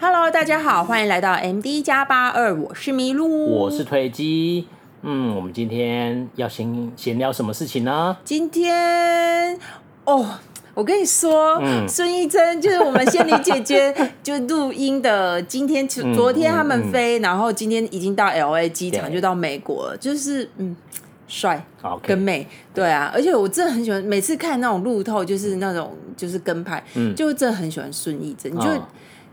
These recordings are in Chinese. Hello，大家好，欢迎来到 MD 加八二，我是麋鹿，我是推机。嗯，我们今天要闲闲聊什么事情呢？今天哦。我跟你说，嗯孙艺珍就是我们仙女姐 姐，就录音的。今天、就嗯昨天他嗯们嗯飞，然后今天已经到 L A 机场，对就到美国了。就是嗯，帅 OK 跟美，对啊。而且我真的很喜欢，每次看那种路透，就是那种就是跟拍，嗯就真的很喜欢孙艺珍。你就、哦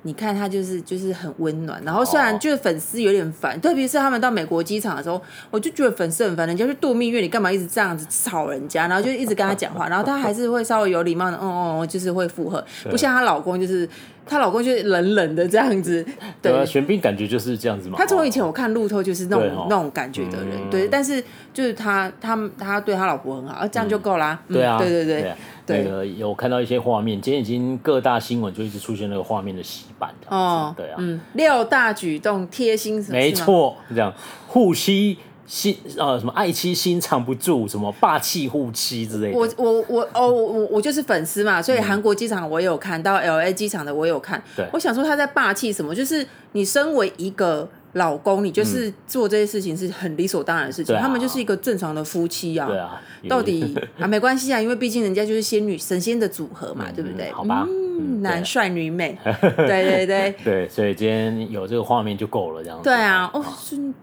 你看他就是就是很温暖，然后虽然哦就是粉丝有点烦，特别是他们到美国机场的时候，我就觉得粉丝很烦，人家去度蜜月，你干嘛一直这样子吵人家？然后就一直跟他讲话，然后他还是会稍微有礼貌的，嗯嗯，嗯就是会附和，不像她老公就是她老公就是冷冷的这样子，对。呃，玄彬感觉就是这样子嘛。他从以哦前我看路透就是那种、对哦那种感觉的人，嗯对，但是就是他他他对他老婆很好，啊这样就够啦、嗯对啊，对对对，对啊，对那个有看到一些画面，今天已经各大新闻就一直出现那个画面的洗版这样子哦，对啊，嗯，六大举动贴心什么，没是吗，错，这样护妻心呃什么爱妻心藏不住，什么霸气护妻之类的。我我我哦，我我我就是粉丝嘛，所以韩国机场我也有看到，L A 机场的我也有看。嗯对我想说他在霸气什么？就是你身为一个老公，你就是做这些事情是很理所当然的事情，嗯对啊他们就是一个正常的夫妻啊。对啊，也 到底 啊，没关系啊，因为毕竟人家就是仙女神仙的组合嘛，啊对不对？好吧嗯，嗯对男啊帅女美， 对对对 对，所以今天有这个画面就够了，这样子。对啊！哦好，孙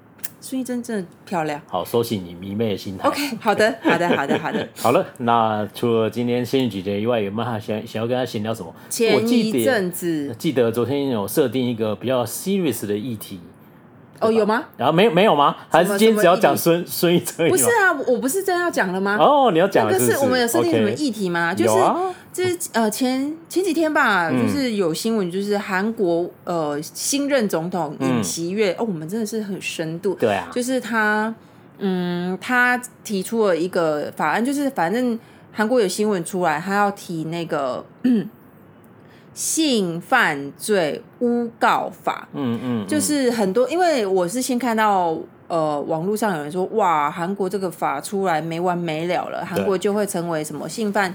孙艺珍真的漂亮。好，收起你迷妹的心态。 OK，好的，好的，好的，好的。好了，那除了今天仙女姐姐以外，有没有还想想要跟她闲聊什么？我前记一得阵子记得昨天有设定一个比较 serious 的议题，哦，有 吗？然后没有没有吗？还是今天只要讲孙孙艺珍而已不吗？是啊，我不是真要讲了吗？哦，你要讲那的个是是我们有设定什么议议题吗？就是有啊嗯这呃前前几天吧，就是有新闻，就是韩国呃新任总统嗯尹锡悦、哦，我们真的是很深度，对啊就是他嗯他提出了一个法案，就是反正韩国有新闻出来，他要提那个。 性犯罪诬告法，嗯嗯，嗯就是很多，因为我是先看到呃网络上有人说，哇，韩国这个法出来没完没了了，韩国就会成为什么性犯。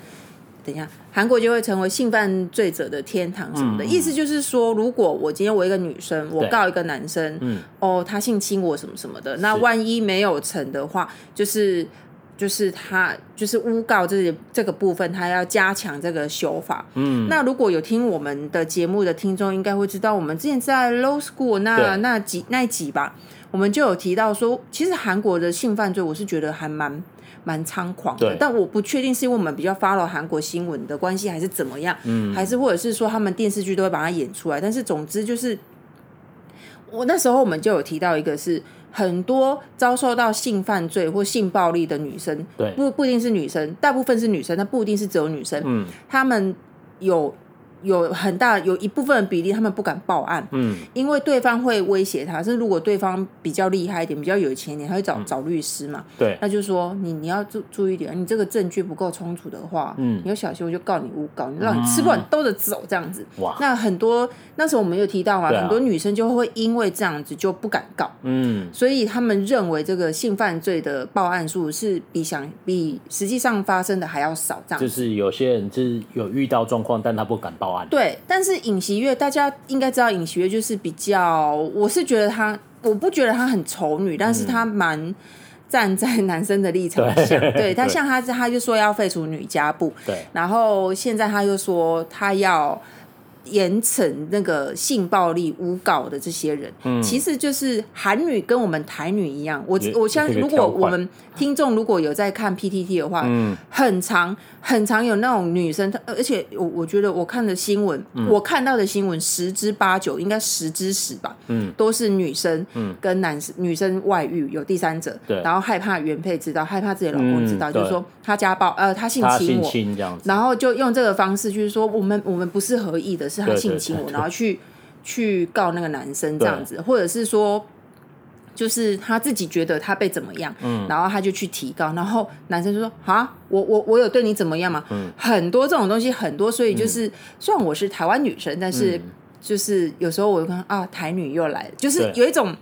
等一下，韩国就会成为性犯罪者的天堂什么的，嗯嗯意思就是说，如果我今天我一个女生，我对告一个男生，嗯哦，他性侵我什么什么的，那是万一没有成的话，就是就是他就是诬告这这个部分，他要加强这个修法。嗯，那如果有听我们的节目的听众，应该会知道，我们之前在 Low School 那对那几那一集吧，我们就有提到说，其实韩国的性犯罪，我是觉得还蛮蛮猖狂的对，但我不确定是因为我们比较 follow 韩国新闻的关系，还是怎么样，嗯，还是或者是说他们电视剧都会把它演出来，但是总之就是。我那时候我们就有提到一个是很多遭受到性犯罪或性暴力的女生，对不不一定是女生，大部分是女生，但不一定是只有女生，嗯他们有有很大有一部分比例，他们不敢报案，嗯因为对方会威胁他。是如果对方比较厉害一点，比较有钱一点，他会找、嗯找律师嘛，对那就说你你要注注意一点，你这个证据不够充足的话，嗯你要小心，我就告你诬告，你让你吃不完兜着走这样子。哇那很多那时候我们有提到嘛，对啊很多女生就会因为这样子就不敢告。嗯所以他们认为这个性犯罪的报案数是比想比实际上发生的还要少，这样子就是有些人就是有遇到状况，但他不敢报案。对，但是尹锡悦，大家应该知道，尹锡悦就是比较，我是觉得他，我不觉得他很丑女，但是他蛮站在男生的立场嗯对想，对他对像他，他就说要废除女家部，对然后现在他又说他要严惩那个性暴力诬告的这些人，其实就是韩女跟我们台女一样，我嗯也我相也信，可以如果调换我们听众如果有在看 PTT 的话，嗯很长很长有那种女生，她呃而且我我觉得我看的新闻，嗯我看到的新闻十之八九应该十之十吧，嗯，都是女生跟男生、女生外遇有第三者，对然后害怕原配知道，害怕自己的老公知道，嗯就对是说他家暴，呃，他性他侵性我，侵这样子，然后就用这个方式去说，我们我们不是合意的，是他对对性侵我，对对然后去去告那个男生这样子，或者是说，就是他自己觉得他被怎么样，嗯，然后他就去提告，然后男生就说啊，我我我有对你怎么样吗？嗯，很多这种东西很多，所以就是、嗯虽然我是台湾女生，但是就是有时候我就看啊，台女又来了，就是对有一种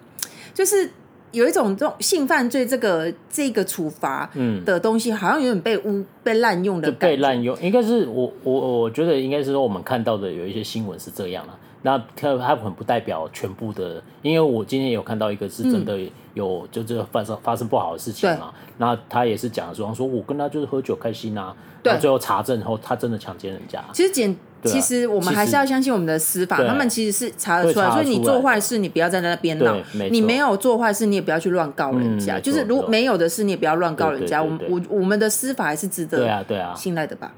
就是。有一种这种性犯罪这个这个处罚嗯的东西，好像有点被污被滥用的就感被觉。滥用，应该是我我我觉得应该是说我们看到的有一些新闻是这样了、那它它很不代表全部的，因为我今天有看到一个是真嗯的有、就是发生发生不好的事情嘛，那他也是讲说，说我跟他就是喝酒开心啊，对那最后查证后他真的强奸人家，其实检，对啊其实我们还其是实要相信我们的司法，对啊他们其实是查得会出来，查所得以你出做来坏事，你不要在那边闹对没，你错没有做坏事，你也不要去乱告人家，嗯没就是错如没错没有的事，你也不要乱告人家。对对对我们我我们的司法还是值对得啊对啊，信赖的吧？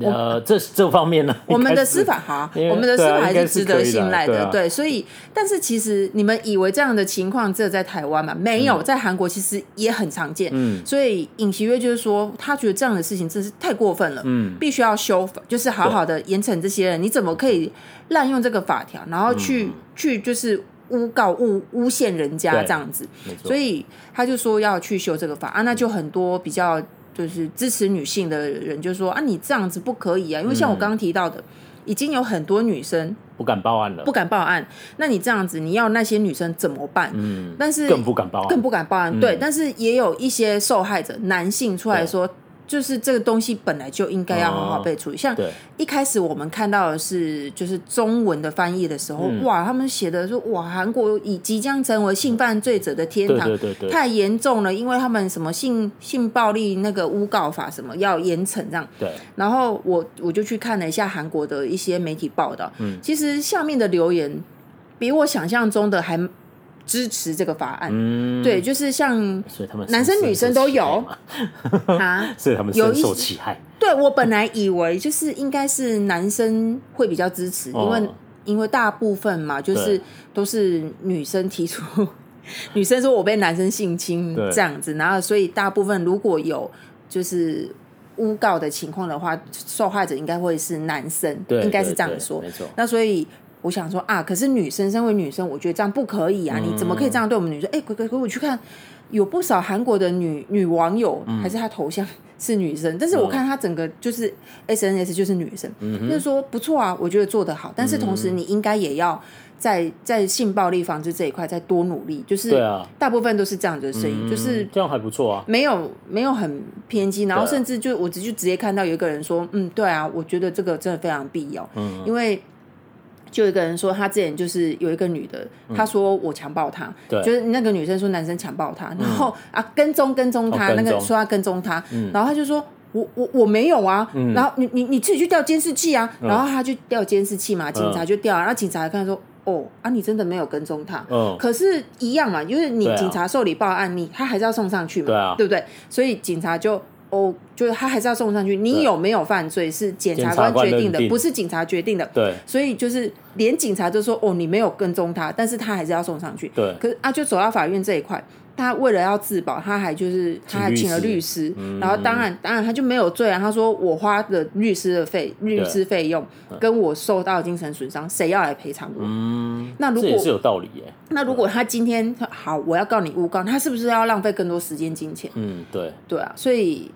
呃，这这方面呢，我们应该的是司法哈，因为我们的司对啊法还应该是值得可以的信赖对的，啊对，所以，但是其实你们以为这样的情况只有在台湾嘛？没有，在韩国其实也很常见，嗯所以尹锡悦就是说，他觉得这样的事情真是太过分了，嗯必须要修法，就是好好的严惩这些人，你怎么可以滥用这个法条，然后去、嗯去就是诬告诬诬陷人家对嗯这样子，没错，所以他就说要去修这个法啊，那就很多比较就是支持女性的人就说啊，你这样子不可以啊，因嗯为像我刚刚提到的，已经有很多女生不敢报案了，不敢报案，那你这样子，你要那些女生怎么办？嗯，但是更不敢报案，更不敢报案，嗯对，但是也有一些受害者男性出来说。就是这个东西本来就应该要好好被处理，像哦对，一开始我们看到的是就是中文的翻译的时候，嗯哇，他们写的说哇，韩国已即将成为性犯罪者的天对堂，对对对，太严重了，因为他们什么性性暴力那个诬告法什么要严惩这样。对，然后我我就去看了一下韩国的一些媒体报道，嗯，其实下面的留言比我想象中的还支持这个法案。嗯，对，，就是像所以他们男生深女受生都其有害嘛， 啊，所以他们有深一受些其害，对我本来以为就是应该是男生会比较支持，因为哦因为大部分嘛，就是对都是女生提出， 女生说我被男生性侵对这样子，然后所以大部分如果有就是诬告的情况的话，受害者应该会是男生，对，应该对是这样对说没。错，那所以我想说啊，可是女生身为女生，我觉得这样不可以啊！嗯你怎么可以这样对我们女生？哎、可可可，我去看有不少韩国的女女网友，嗯还是她头像是女生，但是我看她整个就是 S N S 就是女生，嗯就是说不错啊，我觉得做得好，但是同时你应该也要。在在性暴力防治这一块再多努力，就是对啊大部分都是这样的声音，嗯就是这样还不错啊，没有没有很偏激，然后对啊甚至就我直就直接看到有一个人说，嗯，对啊，我觉得这个真的非常必要，嗯因为就有一个人说他之前就是有一个女的，她说我强暴她，嗯对嗯就是那个女生说男生强暴她，然后啊跟踪跟踪她，哦跟那踪嗯个说她跟踪她，然后她就说。我我我没有啊，然后你你你自己去调监视器嗯啊，然后他就调监视器嘛，警察就调啊，然后警察看说，哦啊，你真的没有跟踪他，嗯，可是，一样嘛，就是你对啊警察受理报案，你他还是要送上去嘛，对啊不对？所以警察就哦，就是他还是要送上去。你有没有犯罪是检察官检察官决定的，认定不是警察决定的。对所以就是连警察都说哦，你没有跟踪他，但是他还是要送上去。对可是啊，就走到法院这一块，他为了要自保，他还就是他还请了律师，嗯然后当然当然他就没有罪啊。他说我花的律师的费律师费用跟我受到的精神损伤，谁要来赔偿我？嗯，那如这果也是有道理耶，那如果他今天好，我要告你诬告，他是不是要浪费更多时间金钱？嗯，对，对啊，所以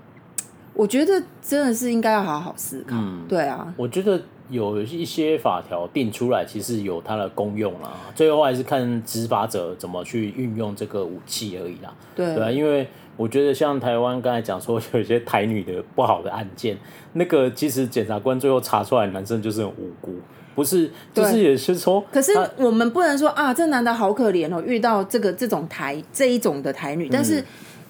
我觉得真的是应该要好好思考。嗯对啊，我觉得有一些法条定出来，其实有它的功用啦，最后还是看执法者怎么去运用这个武器而已啦。对对啊，因为我觉得像台湾刚才讲说有一些台女的不好的案件，那个其实检察官最后查出来男生就是很无辜，不是，就对是也是说，可是他我们不能说啊，这男的好可怜哦，遇到这个这种台这一种的台女，但是、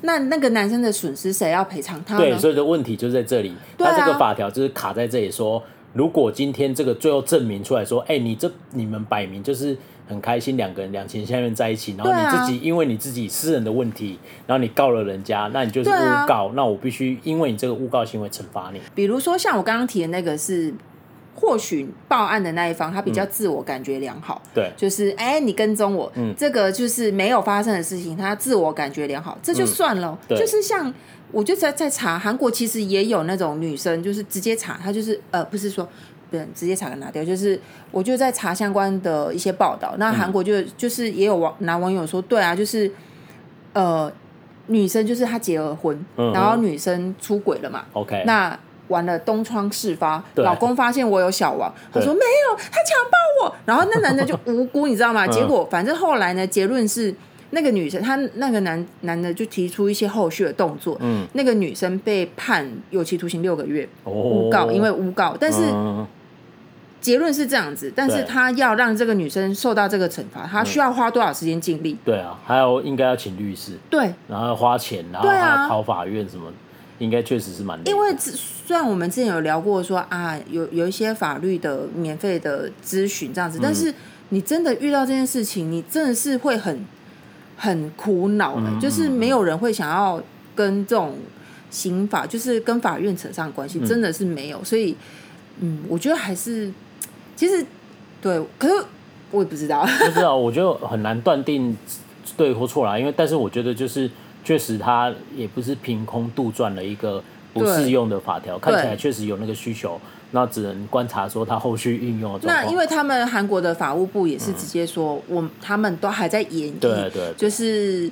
那那个男生的损失谁要赔偿他嗯对，呢？所以的问题就在这里，对他啊这个法条就是卡在这里说。如果今天这个最后证明出来说，哎、你这你们摆明就是很开心，两个人两情相悦在一起，然后对啊你自己、因为你自己私人的问题，然后你告了人家，那你就是对啊诬告，那我必须因为你这个诬告行为惩罚你。比如说像我刚刚提的那个是，或许报案的那一方他比嗯较自我感觉良好，对，嗯就是哎、你跟踪我，这个就是没有发生的事情，他自我感觉良好，这就算了。嗯对就是像我就在在查韩国，其实也有那种女生，就是直接查，她就是呃，不是说。不是直接查给拿掉，就是我就在查相关的一些报道。嗯那韩国就、就是也有网男网友说，对啊，就是呃，女生就是她结了婚，嗯哼然后女生出轨了嘛， OK，那完了东窗事发，哎对老公发现我有小王，他对说没有，他强暴我。然后那男的就无辜，你知道嗯吗？结果反正后来呢，结论是那个女生，他那个男男的就提出一些后续的动作，嗯，那个女生被判有期徒刑六个月，哦诬告，因为诬告，但是嗯结论是这样子，但是对嗯他要让这个女生受到这个惩罚，他需要花多少时间精力？对啊，还有应该要请律师，对，然后要花钱，然后对还啊要跑法院什么，应该确实是蛮累的因为之虽然我们之前有聊过说啊，有有一些法律的免费的咨询这样子，但是你真的遇到这件事情，你真的是会很很苦恼的，就是没有人会想要跟这种刑法，就是跟法院扯上关系，真的是没有。所以，嗯，我觉得还是其实对，可是我也不知道，不知道，啊我觉得很难断定对或错啦，因为但是我觉得就是确实他也不是凭空杜撰了一个不适用的法条，看起来确实有那个需求，那只能观察说他后续运用的状那况。因为他们韩国的法务部也是直接说，我他们都还在研议，对对对就是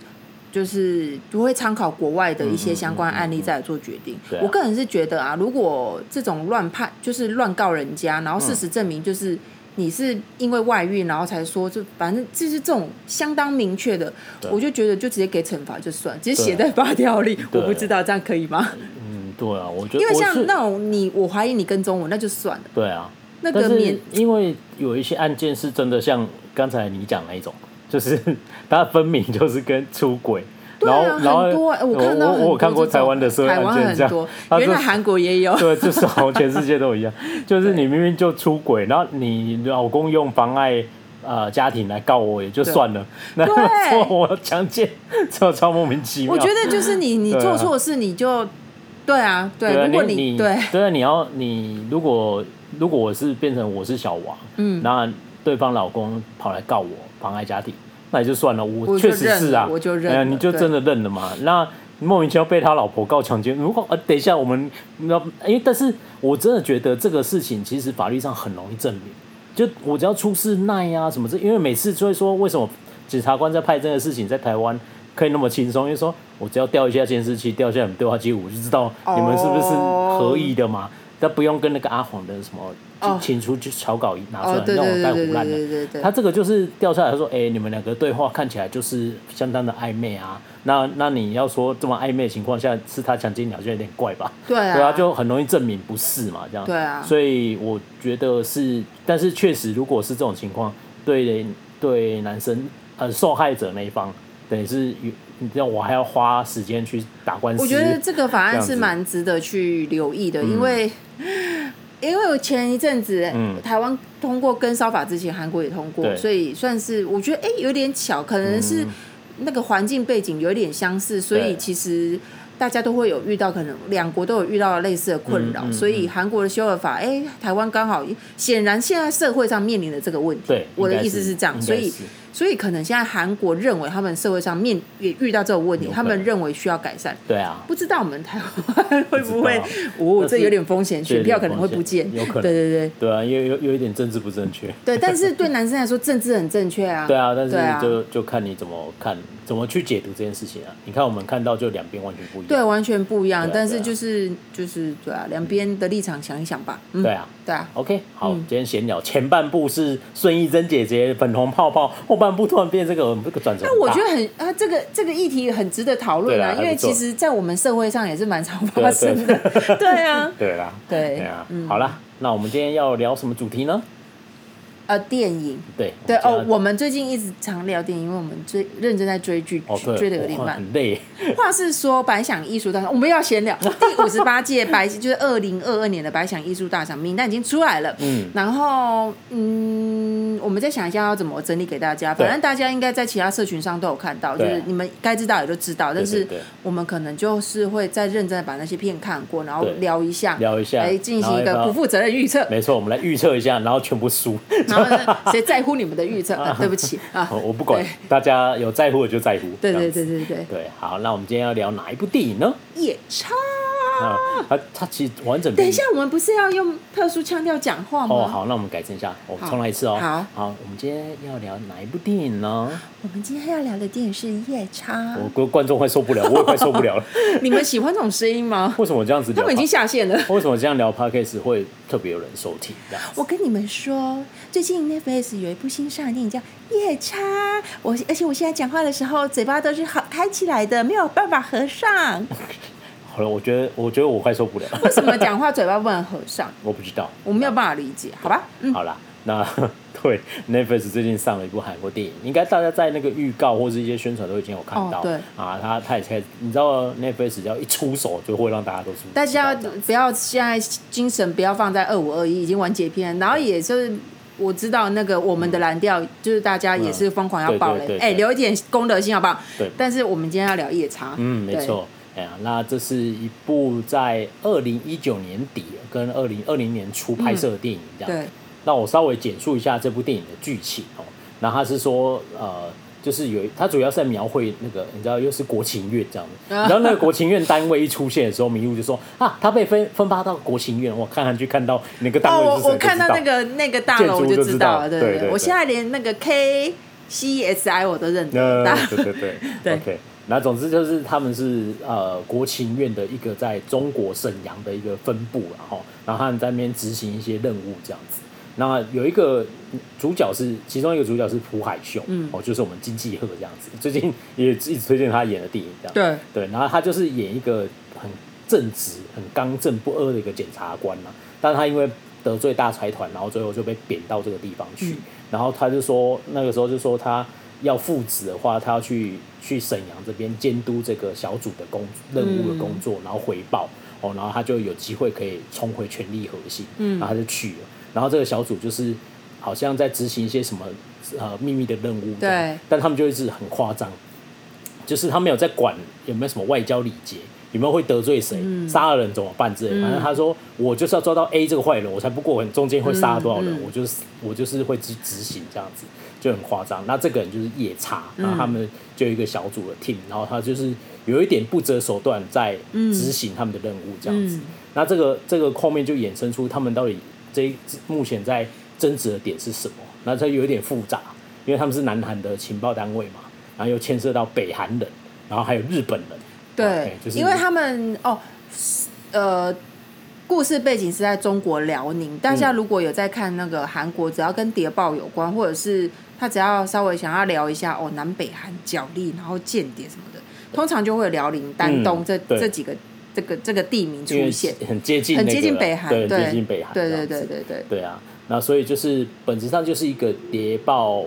就是不会参考国外的一些相关案例再来做决定。对啊我个人是觉得啊，如果这种乱判就是乱告人家，然后嗯事实证明就是。你是因为外遇，然后才说，就反正就是这种相当明确的，我就觉得就直接给惩罚就算，直接写在法条里，我对不知道这样可以吗？嗯，对啊，我觉得因为我是像那种你，我怀疑你跟踪我，那就算了，对啊，那但个免是因为有一些案件是真的像刚才你讲那一种，就是 他分明就是跟出轨。对然后，啊，然后很多，哎我看到我很我多看过这种台湾的社会台案湾件这很样多，， 他原就来韩国也有， 对，啊就是好像全世界都一样，就是你明明就出轨，然后你老公用妨碍呃家庭来告我也就算了，那对 说我强奸，这超莫名其妙。我觉得就是你你对啊做错事你就对啊，对，对啊，如果你 对对啊，你要你如果如果我是变成我是小王，嗯，那对方老公跑来告我妨碍家庭，那也就算了，我我就确实认是了啊，我就认哎呀了你就对真的认了嘛？那莫名其妙被他老婆告强奸，如果呃，等一下我们那因为但是我真的觉得这个事情其实法律上很容易证明，就我只要出示耐呀、啊、什么这，因为每次就会说为什么检察官在派这个事情在台湾。可以那么轻松，因为说我只要调一下监视器，调一下你们对话记录，我就知道你们是不是哦合意的嘛？那不用跟那个阿黄的什么哦请出去草稿拿出哦，来，对让对我带对对胡对烂的。对对对，他这个就是调查来说，哎、你们两个对话看起来就是相当的暧昧啊。那那你要说这么暧昧的情况下是他强奸你，好像有点怪吧？对啊对啊，就很容易证明不是嘛，这样。对啊所以我觉得是，但是确实，如果是这种情况，对对男生呃受害者那一方，等于是有，你知道我还要花时间去打官司。我觉得这个法这案样子是蛮值得去留意的，因为 因为我前一阵子、嗯台湾通过跟烧法之前，韩国也通过，对嗯所以算是我觉得哎、诶有点巧，可能是那个环境背景有点相似，所以对其实。大家都会有遇到，可能两国都有遇到类似的困扰，嗯嗯所以韩国的修尔法，哎、台湾刚好，显然现在社会上面临的这个问题。对，我应的该意思是这样，应该所以是所以可能现在韩国认为他们社会上面也遇到这个问题有，可他能们认为需要改善，对啊，不知道我们台湾会不会不知哦，但是这有点风险，这有选点票可能会不见，风险有可能对对对对啊，因为有有一点政治不正确。 对，但是对男生来说，政治很正确啊。对啊，但是对啊就、就看你怎么看，怎么去解读这件事情啊。你看我们看到就两边完全不一样。对，完全不一样对。啊但是对啊就是就是对啊，两边的立场想一想吧。嗯，对啊对啊， OK，好，今天闲聊前半部是孙艺珍姐姐粉红泡泡，后半部突然变这个这个转折很那我大。觉得很啊，这个这个议题很值得讨论啊，对啊因为还不错其实，在我们社会上也是蛮常对发啊生的。 对啊，对啦，对嗯对啊，好啦，那我们今天要聊什么主题呢？呃，电影。对啊对我哦们，今我们最近一直常聊电影，因为我们追认真在追剧，天要哦对，追的有点我慢。很累。话是说，百想艺术大赏，我们又要闲 聊第五十八届百，就是二零二二年的百想艺术大赏名单已经出来了。嗯然后嗯，我们再想一下要怎么整理给大家。对反正大家应该在其他社群上都有看到，就对啊是你们该知道也都知道，但对是对对我们可能就是会再认真的把那些片看过，然后对聊一下，聊一下来进行一然后个要不负责任预测。没错，我们来预测一下，然后全部输。然后呢，谁在乎你们的预测？ 啊对不起啊我，我不管对，大家有在乎的就在乎。对这对样子对对对，对，好，那我们今天要聊哪一部电影呢？夜叉。啊，它它其实完整。等一下，我们不是要用特殊腔调讲话吗？哦，好，那我们改正一下，我嗯们好重来一次哦。好我们今天要聊哪一部电影呢？我们今天要聊的电影是《夜叉我》，估观众会受不了，我也快受不 了了。你们喜欢这种声音 吗？为什么我这样子他聊？啊们已经下线了。为什么这样聊 podcast 会特别有人收听？这样子我跟你们说，最近 Netflix 有一部新上的电影叫《夜叉》，我而且我现在讲话的时候，嘴巴都是好开起来的，没有办法合上。好了，我觉得我觉得我快受不了， 为什么讲话嘴巴不能合上？我不知道。我没有办法理解，好吧？嗯，好啦，那 对 Netflix 最近上了一部韩国电影，应该大家在那个预告或是一些宣传都已经有看哦到。对啊，他他也开始，你知道 Netflix 只要一出手，就会让大家都知道。大家知道不要现在精神不要放在二五二一，已经完结篇，然后也就是。我知道那个我们的蓝调，就是大家也是疯狂要爆对对雷，对哎、对留一点公德心好不好？对但是我们今天要聊夜叉，嗯，没对，错。哎呀，那这是一部在二零一九年底跟二零二零年初拍摄的电影，这样。对，那我稍微简述一下这部电影的剧情哦。那他是说，呃，就是有他主要是在描绘那个，你知道又是国情院这 样子。然后那个国情院单位一出现的时候，迷雾就说啊，他被分分发到国情院，我看上去看到哪个单哦，位是谁、我我看到就知那道个那个大楼我建筑就知知道道了，对对对对我现在连那个 K C S I 我都认得，大 呃家，对对对对 o k 那总之就是他们是呃国情院的一个在中国沈阳的一个分部，然后然后他们在那边执行一些任务这样子。那有一个主角是其中一个主角是朴海秀，嗯，哦，就是我们金济赫这样子，最近也一直推荐他演的电影这样。对对，然后他就是演一个很正直、很刚正不阿的一个检察官嘛、但他因为得罪大财团，然后最后就被贬到这个地方去。然后他就说，那个时候就说他要复职的话，他要去去沈阳这边监督这个小组的工任务的工作，然后回报哦，然后他就有机会可以重回权力核心，嗯，然后他就去了。然后这个小组就是好像在执行一些什么呃秘密的任务，这样对，但他们就一直很夸张，就是他没有在管有没有什么外交礼节，有没有会得罪谁，杀、了人怎么办之类的。反正他说，我就是要抓到 A 这个坏人，我才不过很中间会杀了多少人，我就是我就是会去执行这样子，就很夸张。那这个人就是夜叉，然后他们就有一个小组的 team，然后他就是有一点不择手段在执行他们的任务这样子。那这个这个后面就衍生出他们到底这一目前在争执的点是什么？那这有一点复杂，因为他们是南韩的情报单位嘛，然后又牵涉到北韩人，然后还有日本人。对哎，就是因为他们哦，呃，故事背景是在中国辽宁。大家如果有在看那个韩国，只要跟谍报有关，或者是他只要稍微想要聊一下哦，南北韩角力，然后间谍什么的，通常就会有辽宁、丹东、嗯这对这几个这个这个地名因出为现，很接近、那很个接近北韩，对，对，很接近北韩，对对对，对对，对啊。那所以就是本质上就是一个谍报，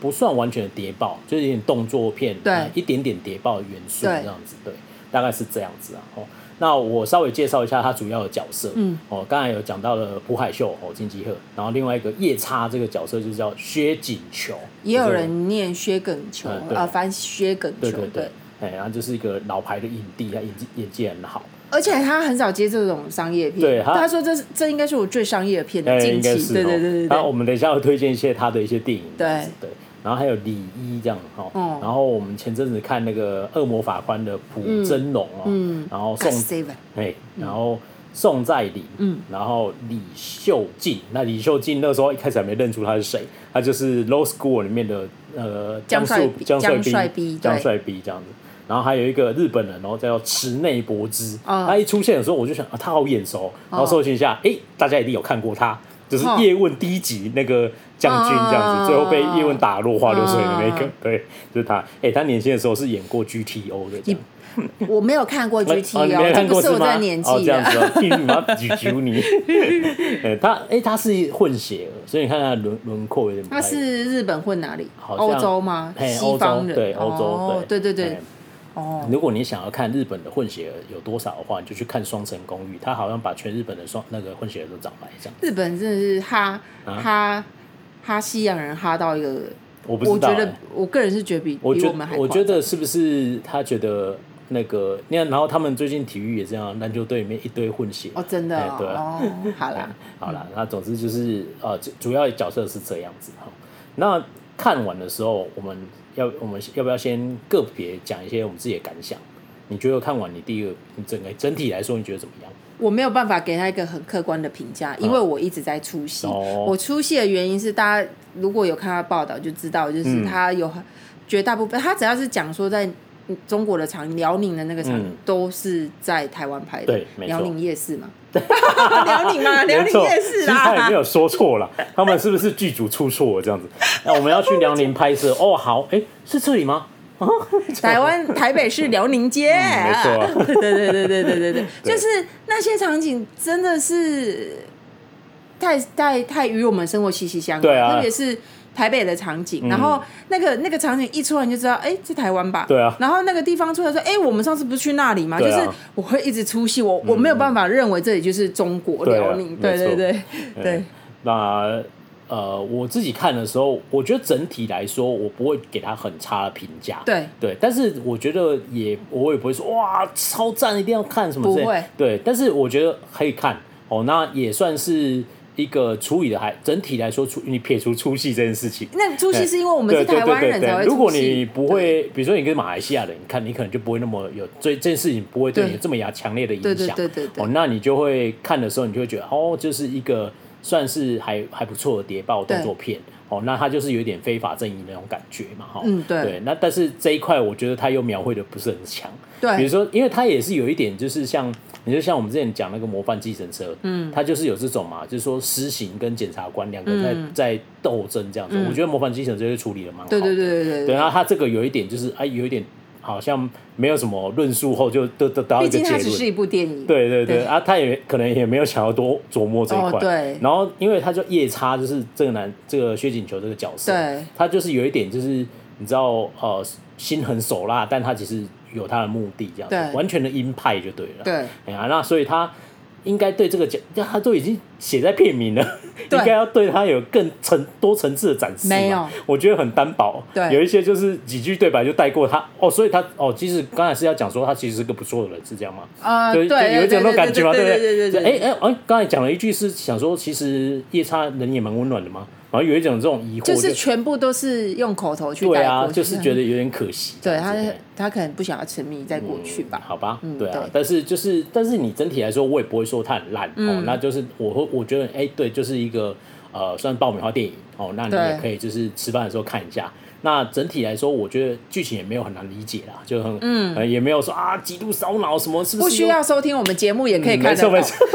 不算完全的谍报，就是有点动作片，对啊一点点谍报的元素对这样子，对，大概是这样子啊。哦，那我稍微介绍一下他主要的角色，嗯，哦，刚才有讲到了朴海秀哦，金基赫，然后另外一个夜叉这个角色就是叫薛景求，也有就是人念薛梗球嗯，对呃，翻薛梗球，对对对，哎，然后就是一个老牌的影帝，他演技演技很好，而且他很少接这种商业片，对他他说这是这应该是我最商业的片哎了，近应该期，是对哦对对对然后我对，们等一下会推荐一些他的一些电影这样子，对然后还有李一这样哈，嗯然后我们前阵子看那个《恶魔法官》的朴真龙哦，嗯然后宋 seven，哎，然后宋在礼，嗯，然后李秀静，那李秀静那时候一开始还没认出他是谁，他就是《Low School》里面的呃江素帅江江帅帅斌斌江对帅斌这样子。然后还有一个日本人哦，叫池内博之，哦他一出现的时候我就想啊，他好眼熟，然后搜寻一下，哎，大家一定有看过他，就是哦叶问第一集那个将军这样子，哦最后被叶问打落花流水的那个，哦对，就是他。哎，他年轻的时候是演过 GTO 的这样。我没有看过 GT 哦，你没这看不过是我吗？这年哦，纪啊这样的，子哦， 你妈举举你。哎，他哎，他是混血儿，所以你看他的轮轮廓有点不 太他是日本混哪里？好像欧洲吗？嘿西方欧洲人，对欧哦洲，对对哎对，哦，如果你想要看日本的混血儿有多少的话，你就去看《双城公寓》，他好像把全日本的双那个混血儿都找来这样。日本真的是哈啊哈哈西洋人哈到一个，我不我知道觉哎、得我个人是觉得比我比觉们还我夸觉张得是不是他觉得那个，你看，然后他们最近体育也这样，篮球队里面一堆混血。哦，真的哎对啊哦，哦好啦，好啦，那总之就是呃，主主要角色是这样子哈。那看完的时候，我们要我们要不要先个别讲一些我们自己的感想？你觉得看完你第一个，你整个整体来说，你觉得怎么样？我没有办法给他一个很客观的评价，因为我一直在出戏。嗯哦我出戏的原因是，大家如果有看他报道就知道，嗯就是他有很绝大部分，他只要是讲说在中国的场，辽宁的那个场、嗯都是在台湾拍的，对没错辽宁夜市 嘛，辽宁嘛，辽没宁错夜市其实他也啦没。有说错啦，他们是不是剧组出错了这样子？那我们要去辽宁拍摄哦，好，哎，是这里吗？台湾台北市辽宁街，没错啊 对对对对对对对对， 对就是那些场景真的是太太太与我们生活息息相关，对啊嗯特别是。台北的场景，然后那个那个场景一出来你就知道，哎、在台湾吧？对啊然后那个地方出来说，哎、我们上次不是去那里吗？就对啊嗯是我会一直出戏，我我没有办法认为这里就是中国对啊辽宁。没对错对对对对，那呃，我自己看的时候，我觉得整体来说，我不会给他很差的评价。对对，但是我觉得也我也不会说哇超赞，一定要看什么之类不会。对，但是我觉得可以看哦，那也算是一个处理的还整体来说出你撇除出戏这件事情。那出戏是因为我们对是对台湾对对人才对，会出戏。如果你不会，比如说你跟马来西亚人看，你可能就不会那么有对这件事情不会对你对有这么呀强烈的影响。对对对对对哦，那你就会看的时候，你就会觉得哦，就是一个算是还还不错的谍报动作片。哦，那它就是有点非法正义那种感觉嘛，哈、嗯对那但是这一块，我觉得它又描绘的不是很强。对比如说，因为它也是有一点，就是像你就像我们之前讲那个《模范计程车》，嗯，它就是有这种嘛，就是说私刑跟检察官两个在、在斗争这样子。我觉得《模范计程车》就处理的蛮好的。嗯对对对对对对，然后他这个有一点就是，哎，有一点好像没有什么论述后就得得得到一毕个竟结它只是论。一部电影。对对对对啊，他也可能也没有想要多琢磨这一块。哦对然后，因为他就夜叉，就是这个男这个薛景球这个角色，对他就是有一点就是你知道呃心狠手辣，但他其实有他的目的这样子，对完全的鹰派就对了。对哎呀，那所以他应该对这个角，他都已经写在片名了，应对该要对他有更层多层次的展示嘛。没有我觉得很单薄。对有一些就是几句对白就带过他哦，所以他哦，其实刚才是要讲说他其实是个不错的人，是这样吗？啊，就对，就有一种那种感觉嘛，对不对对对哎哎哎，刚才讲了一句是想说，其实夜叉人也蛮温暖的嘛，然后有一种这种疑惑，就是全部都是用口头去对带啊，过去，就是觉得有点可惜。对这样他子他可能不想要沉迷在过去吧。好吧，嗯对啊，对但是就是，但是你整体来说，我也不会说它很烂、嗯哦，那就是我会我觉得，哎、对，就是一个呃，算爆米花电影哦，那你对也可以就是吃饭的时候看一下。那整体来说，我觉得剧情也没有很难理解啦，就很嗯、呃也没有说啊极度烧脑什么，是不是需又要收听我们节目也可以嗯看没得到错，没错。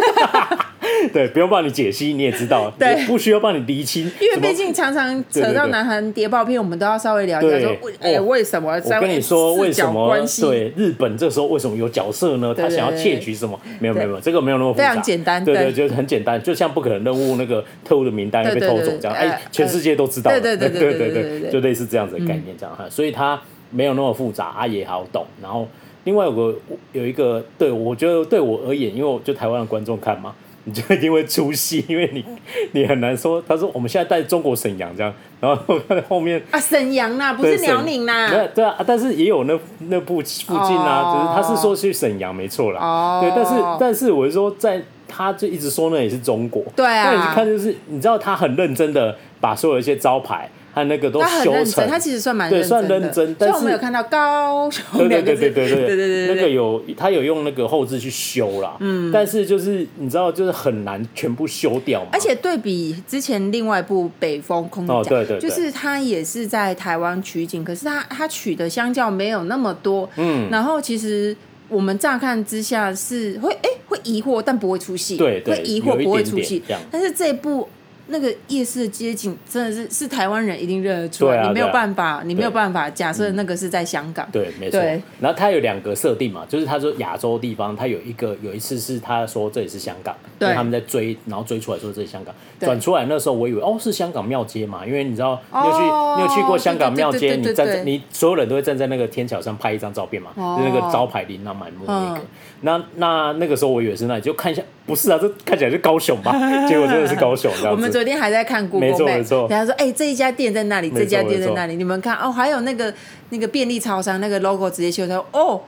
对，不用帮你解析，你也知道，对也不需要帮你厘清，因为怎么毕竟常常对扯对到对南韩谍报片，我们都要稍微聊一下，对说为哎哦为什么我三跟你说，视为什角么关系对日本这时候为什么有角色呢？对他对想要对窃对取什么？没有没有对没有，这个没有那么复非杂，常简单对对，对就是很简单，就像不可能任务那个特务的名单对被对偷对走对这样，呃哎，全世界都知道了，对对对对对对对对对嗯就类似这样子的概念这样哈，所以它没有那么复杂，啊也好懂，然后。另外有个有一个，对我觉得对我而言，因为我就台湾的观众看嘛， 你就一定会出戏，因为你 你很难说。他说我们现在在中国沈阳这样，然后后面啊，沈阳啦，不是对辽宁沈没有啦，对啊，但是也有那那部附近啊，哦只是他是说去沈阳没错啦。哦对，但是但是我是说在。他就一直说那也是中国，对啊那你看就是你知道他很认真的把所有一些招牌和那个都他很修认成真，，他其实算蛮对认算真的认真所以但我们是有看到高对雄对两个对字，对对对对对那个对，有他有用那个后置去修啦，嗯，但是就是你知道就是很难全部修掉嘛，而且对比之前另外一部《北风空降》哦对对对就是它也是在台湾取景，可是它它取的相较没有那么多，嗯，然后其实我们乍看之下是会哎、会疑惑，但不会出戏，对对会疑有惑一不会点出点戏这样，但是这一部。那个夜市的街景真的是是台湾人一定认得出对来，啊你没有对啊办法，你没有办法假设那个是在香港，对，没错对。然后它有两个设定嘛，就是他说亚洲地方，它有一个有一次是他说这里是香港，对因为他们在追，然后追出来说这里香港，对转出来那时候我以为哦是香港庙街嘛，因为你知道你哦有去你有去过香港庙对对街，对你站在对对你所有人都会站在那个天桥上拍一张照片嘛，哦就那个招牌琳琅满目那个嗯。那那那个时候我以为是那里，就看一下，不是啊，这看起来是高雄 吧？结果真的是高雄这样子。我们昨天还在看 Google 没错 Map，没错人家说哎、这一家店在那里，没错这家店在那里，你们看哦，还有那个那个便利超商那个 logo 直接修掉，哦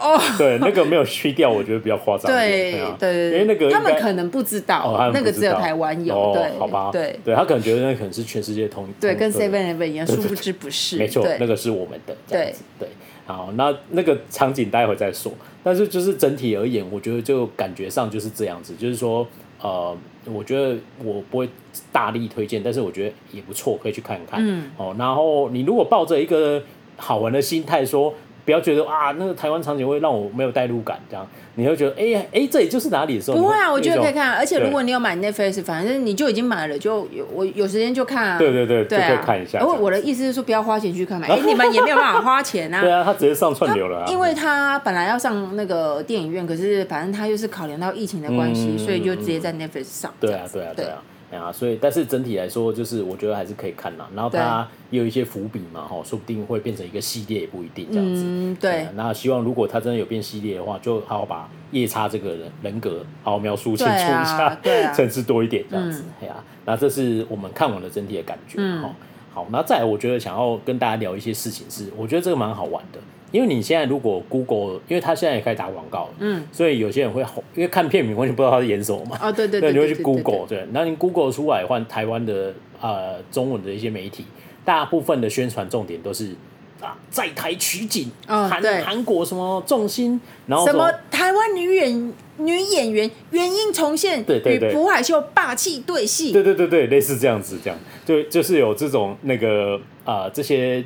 哦，对那个没有去掉，我觉得比较夸张一点。对啊对对，因为那个他应们该可能不知道，哦，他们那个不只知有道台湾有，哦、对，好吧，对他可能觉得那可能是全世界同对，同跟对 Seven Eleven 一样，殊不知不是，没错对，那个是我们的，这样对子对。好，那那个场景待会再说，但是就是整体而言，我觉得就感觉上就是这样子，就是说，呃，我觉得我不会大力推荐，但是我觉得也不错，可以去看看。嗯，哦，然后你如果抱着一个好玩的心态说。不要觉得啊，那个台湾场景会让我没有代入感，这样你会觉得哎呀哎，这里就是哪里的时候，不会啊，你我觉得有一可以种看啊。而且如对果你有买 Netflix，反正你就已经买了，就有我有时间就看啊。对对对对就啊可以看一下因为这样我的意思是说，不要花钱去 看嘛，哎，你们也没有办法花钱对啊，他直接上串流了啊，因为他本来要上那个电影院，可是反正他又是考量到疫情的关系，嗯所以就直接在 Netflix 上。对这啊样，子对啊，对对啊，哎呀，所以但是整体来说，就是我觉得还是可以看啦。然后它也有一些伏笔嘛，哈，说不定会变成一个系列，也不一定这样子。嗯，哎对呀。那希望如果它真的有变系列的话，就好好把夜叉这个人人格好好描述清楚一下，对啊对 啊甚至多一点这样子。哎呀，那这是我们看完的整体的感觉嗯哈。好，那再来，我觉得想要跟大家聊一些事情是，我觉得这个蛮好玩的，因为你现在如果 Google，因为它现在也开始打广告了，嗯，所以有些人会吼因为看片名，完全不知道他在演什么嘛，哦，对对对，对，你对会对去对 Google 对，那你 Google 出来换台湾的呃中文的一些媒体，大部分的宣传重点都是啊在台取景，嗯韩对韩国什么重心，然后什么台湾女演女演员原音重现对对与对朴海秀霸气对戏，对对对对，类似这样子，这样就就是有这种那个啊、呃这些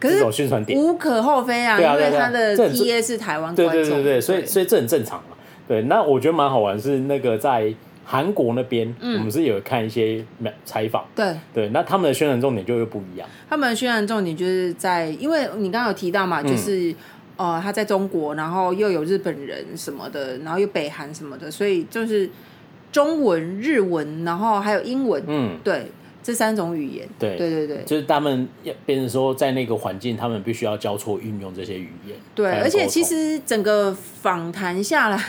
可是这种宣传点，无可厚非啊，对啊因为对啊他的这很 TA 是台湾对观众，对对对，所以所以这很正常嘛。对，那我觉得蛮好玩是那个在韩国那边，嗯我们是有看一些采访，对对，那他们的宣传重点就又不一样。他们的宣传重点就是在，因为你刚刚有提到嘛，就是、呃他在中国，然后又有日本人什么的，然后又北韩什么的，所以就是中文、日文，然后还有英文，嗯，对这三种语言，对对对对就是他们要变成说，在那个环境，他们必须要交错运用这些语言。对，才能而且沟其通实整个访谈下来，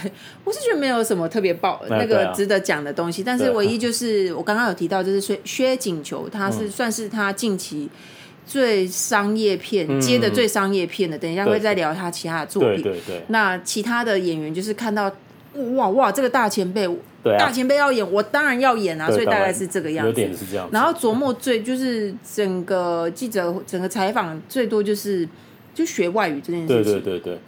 我是觉得没有什么特别爆那那对个啊值得讲的东西，但是对啊嗯唯一就是我刚刚有提到，就是薛薛景球，他是算是他近期最商业片接的最商业片的，等一下嗯对会再聊他其他的作对品。对对那其他的演员就是看到哇哇这个大前辈，对啊大，前辈要演，我当然要演啊，对所以大当概然是这个样有子。点是这样子。然后琢磨最就是整个记者整个采访最多就是就学外语这件事情。对对对对，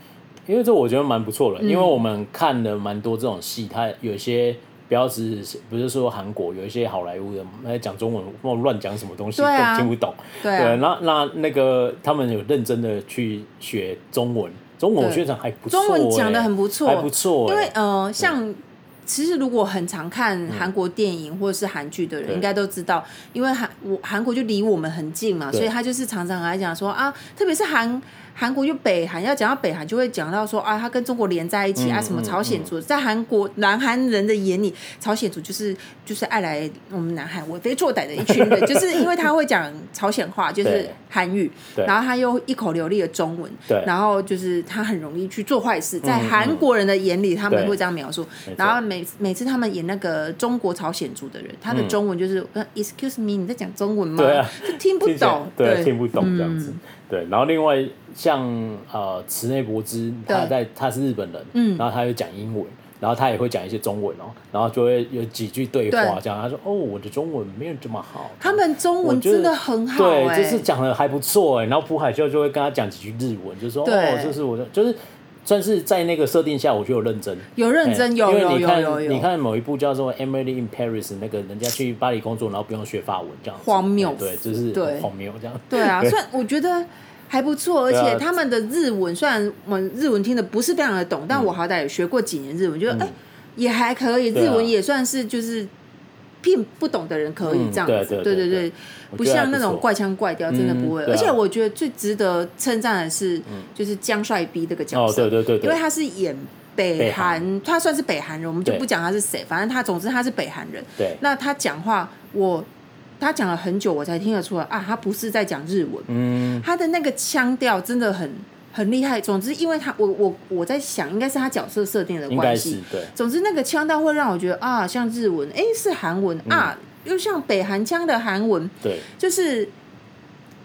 因为这我觉得蛮不错的，因嗯为我们看了蛮多这种戏，它有一些不要只是不是说韩国有一些好莱坞的那讲中文我乱讲什么东西对啊都听不懂。对对，啊，那那那个他们有认真的去学中文，中文我对觉得还不错欸，中文讲得很不错还不错欸，因为呃，像其实如果很常看韩国电影或者是韩剧的人，嗯对应该都知道，因为韩我韩国就离我们很近嘛，对所以他就是常常来讲说啊，特别是韩。韩国就北韩，要讲到北韩就会讲到说啊，他跟中国连在一起、嗯啊，什么朝鲜族，在韩国南韩人的眼里，朝鲜族就是就是爱来我们南韩为非作歹的一群 人，就是因为他会讲朝鲜话，就是对韩语，对然后他又一口流利的中文，对嗯然后就是他很容易去做坏事，在韩国人的眼里，他们会这样描述没。错然后每每次他们演那个中国朝鲜族的人，他的中文就是、呃 “excuse me”，你在讲中文吗？嗯对啊就听不听起来懂。嗯对，听不懂这样子。对，然后另外像呃池内博之，他对在他是日本人，嗯，然后他又讲英文。然后他也会讲一些中文哦，然后就会有几句对话对这样。他说：“哦，我的中文没有这么好。”他们中文我觉得真的很好、欸，对，就是讲的还不错哎。然后朴海秀就会跟他讲几句日文，就说：“对哦，这是我的，就是算是在那个设定下，我就有认真。”有认真，有哎因为有你有看有有，你看某一部叫做《Emily in Paris》，那个人家去巴黎工作，然后不用学法文这样子，荒谬对，就是对荒谬这样。对啊， 对算我觉得还不错，而对啊且他们的日文虽然我们日文听的不是非常的懂，嗯但我好歹也学过几年日文，觉得哎、也还可以，对啊日文也算是就是。并不懂的人可以嗯这样子，对对对对对我不觉得还像那不种错怪腔怪调，真的不会。嗯对啊而且我觉得最值得称赞的是，就是江帅逼这个角哦，色，对对对因为对，他是演北北韩韩，他算是北韩人，我们就对不讲他是谁，反正他总之他是北韩人。对，那他讲话，我他讲了很久，我才听得出来啊，他不是在讲日文，嗯，他的那个腔调真的很很厉害。总之，因为他我我我在想，应该是他角色设定的应关该是系。对，总之，那个腔调会让我觉得啊，像日文，哎、是韩文、啊，嗯又像北韩腔的韩文，对，就是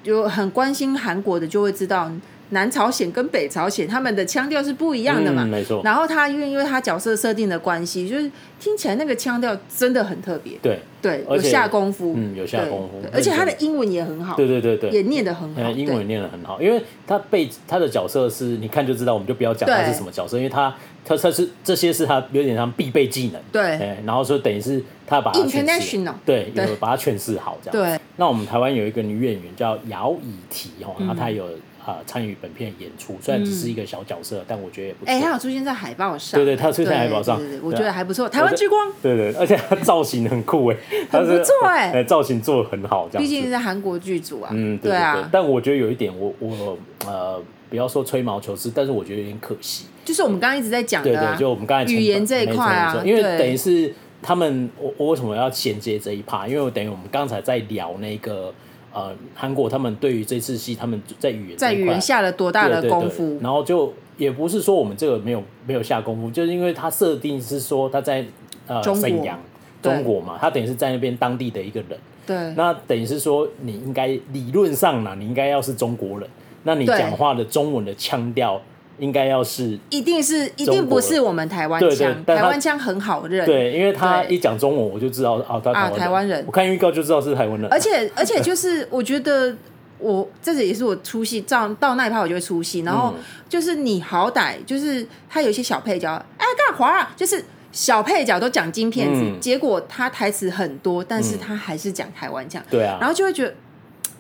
有很关心韩国的就会知道，南朝鲜跟北朝鲜他们的腔调是不一样的嘛。嗯没错，然后他因为因为他角色设定的关系，就是听起来那个腔调真的很特别，对，对，而有且下功夫，嗯有下对功夫对而且他的英文也很好，对对对对，也念得很好，嗯，英对文念得很好，因为他被他的角色是，你看就知道，我们就不要讲对他是什么角色，因为他他他是这些是他有点像必备技能，对哎然后说等于是他把它诠释 International 对，对有把它诠释好这样。对，嗯那我们台湾有一个女演员叫姚以缇哦，那她有啊、呃参与本片演出，虽然只是一个小角色，但我觉得也不错。哎，他有出现在海报上，对对他有出现在海报上对对对对啊我觉得还不错，台湾之光。对对，而且他造型很酷 哎，他是欸哎很不错欸造型做的很好，这样毕子。竟是韩国剧组啊，嗯，对对对。啊，但我觉得有一点我，我呃，不要说吹毛求疵，但是我觉得有点可惜。就是我们刚刚一直在讲对的对啊，，就我们刚才语言这一没错块啊没错因为对等于是他们，我我为什么要衔接这一趴？因为我等于我们刚才在聊那个呃，韩国他们对于这次戏，他们在语言这在一语块言下了多大对的对功对夫？然后就也不是说我们这个没有没有下功夫，就是因为它设定是说他在呃中国沈阳对中国嘛，他等于是在那边当地的一个人。对，那等于是说，你应该理论上呢，你应该要是中国人，那你对讲话的中文的腔调应该要是一定是一中定不国是我们台湾对对腔，但他台湾腔很好认，对，因为他对一讲中文，我就知道哦，他啊台湾人。台湾人我看预告就知道是台湾人。而且而且就是我觉得我这也是我出戏，到到那一趴我就会出戏。然后嗯就是你好歹就是他有一些小配角，哎干华啊，就是小配角都讲金片子，嗯结果他台词很多，但是他还是讲台湾腔，对啊，然后就会觉得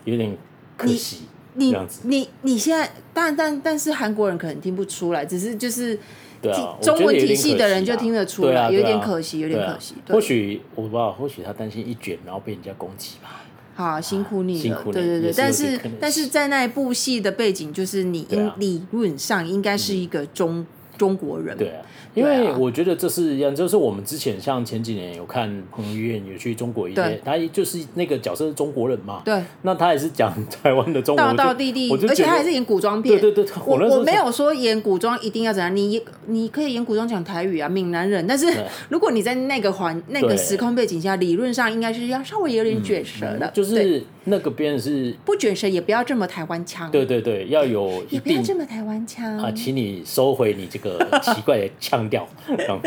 有点可惜。你这样子你你现在，但但但是韩国人可能听不出来，只是就是。对啊，中我觉得文有体点系可的惜人就啊听得出对来啊、有对啊点可惜有点对啊可惜对或许我不知道，或许他担心一卷，然后被人家攻击吧。好，辛苦你了，辛苦你对对对，也是有但这是可能但性是在那一部戏的背景，就是你对应、啊理论上应该是一个中、中国人，对啊，因为我觉得这是一样，就是我们之前像前几年有看彭于晏有去中国一些对，他就是那个角色是中国人嘛，对那他也是讲 台湾的中国，道我就道地地我就，而且觉得他还是演古装对片，对对，对我那时候我没是有说演古装一定要怎样，你你可以演古装讲台语啊，闽南人，但是 如果你在那个环那个对时空背景下，理论上应该是要稍微有点卷舌的，嗯就对是那个边是，不卷舌也不要这么台湾腔，对对对，要有一也不要定这么台湾腔啊，请你收回你这个奇怪的 腔调，这样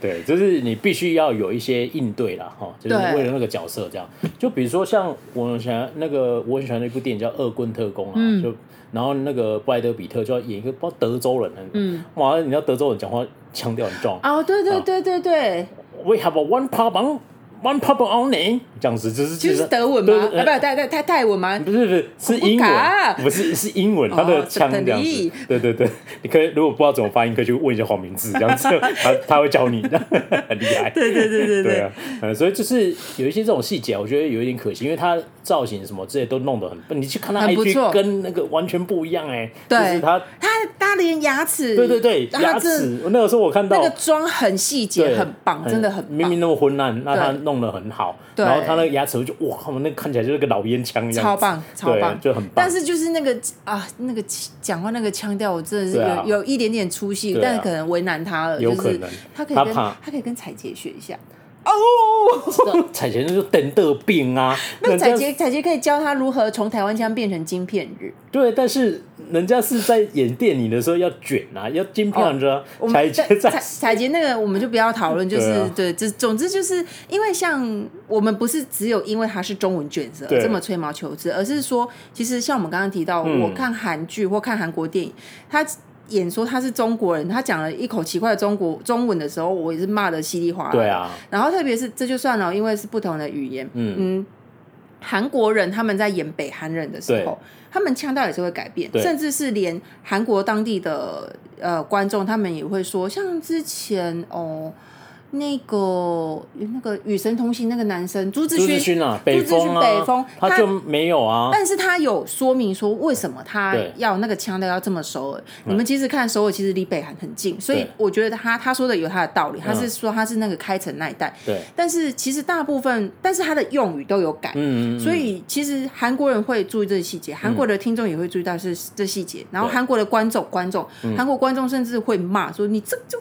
对，就是你必须要有一些应对啦，哈，就是对为了那个角色这样。就比如说像我很喜欢那个我很喜欢的一部电影叫《恶棍特工》啊，嗯就然后那个布莱德比特就要演一个不知道德州人，嗯，哇，你知道德州人讲话腔调很重，哦，对对啊对对对， We have a one problem, one problem only，这样子就是就是德文对吗？对哎啊，不，泰泰泰泰文吗？不是不是是英古卡文，不是是英文，他的哦腔这样子，Japanese。对对对，你可以如果不知道怎么发音，可以去问一下黄明志这 样子，他他会教你， 很厉害。对对对对对啊，嗯，所以就是有一些这种细节，我觉得有一点可惜，因为他造型什么之类都弄得很笨，你去看他很不 IG 错跟那个完全不一样哎，就对是他，他他连牙齿，对对对，他牙真的齿，我那个时候我看到那个妆很细对，节，很棒，真的很明棒明，那么昏暗，那他对弄得很好，对然后他那个牙齿就哇，我那看起来就是个老烟枪一样，超棒超对棒就很棒。但是就是那个啊，那个讲话那个腔调，我真的是对啊有有一点点出戏对啊，但是可能为难他了，有就可是能他可以他跟怕他可以跟彩杰学一下，彩前就等得病啊， 那个人彩家杰彩杰可以教他如何从台湾腔变成晶片日。对，但是人家是在演电影的时候要卷啊，要金票着哦我，们彩杰彩在彩杰那个我们就不要讨论，就是对啊对，这总之就是因为像我们不是只有因为它是中文卷舌对这么吹毛求疵，而是说其实像我们刚刚提到，嗯我看韩剧或看韩国电影，他演说他是中国人，他讲了一口奇怪的中国中文的时候，我也是骂的稀里哗啦。 对啊，然后特别是这就算了，因为是不同的语言，嗯韩国人他们在演北韩人的时对候，他们腔调也是会改变，对甚至是连韩国当地的呃观众，他们也会说，像之前哦，那个那个《与神同行》那个男生朱志朱志勋，勋啊，朱北志勋风啊，北风他他就没有啊，但是他有说明说为什么他对要那个腔调要这么首尔。你们其实看首尔其实离北韩很近，所以对嗯我觉得他他说的有他的道理，他是说他是那个开城那一带，对，但是其实大部分，但是他的用语都有改，嗯，嗯嗯嗯所以其实韩国人会注意这些细节，韩国的听众也会注意到是这细节，然后对嗯韩国的观众观众，韩国观众甚至会骂说你这就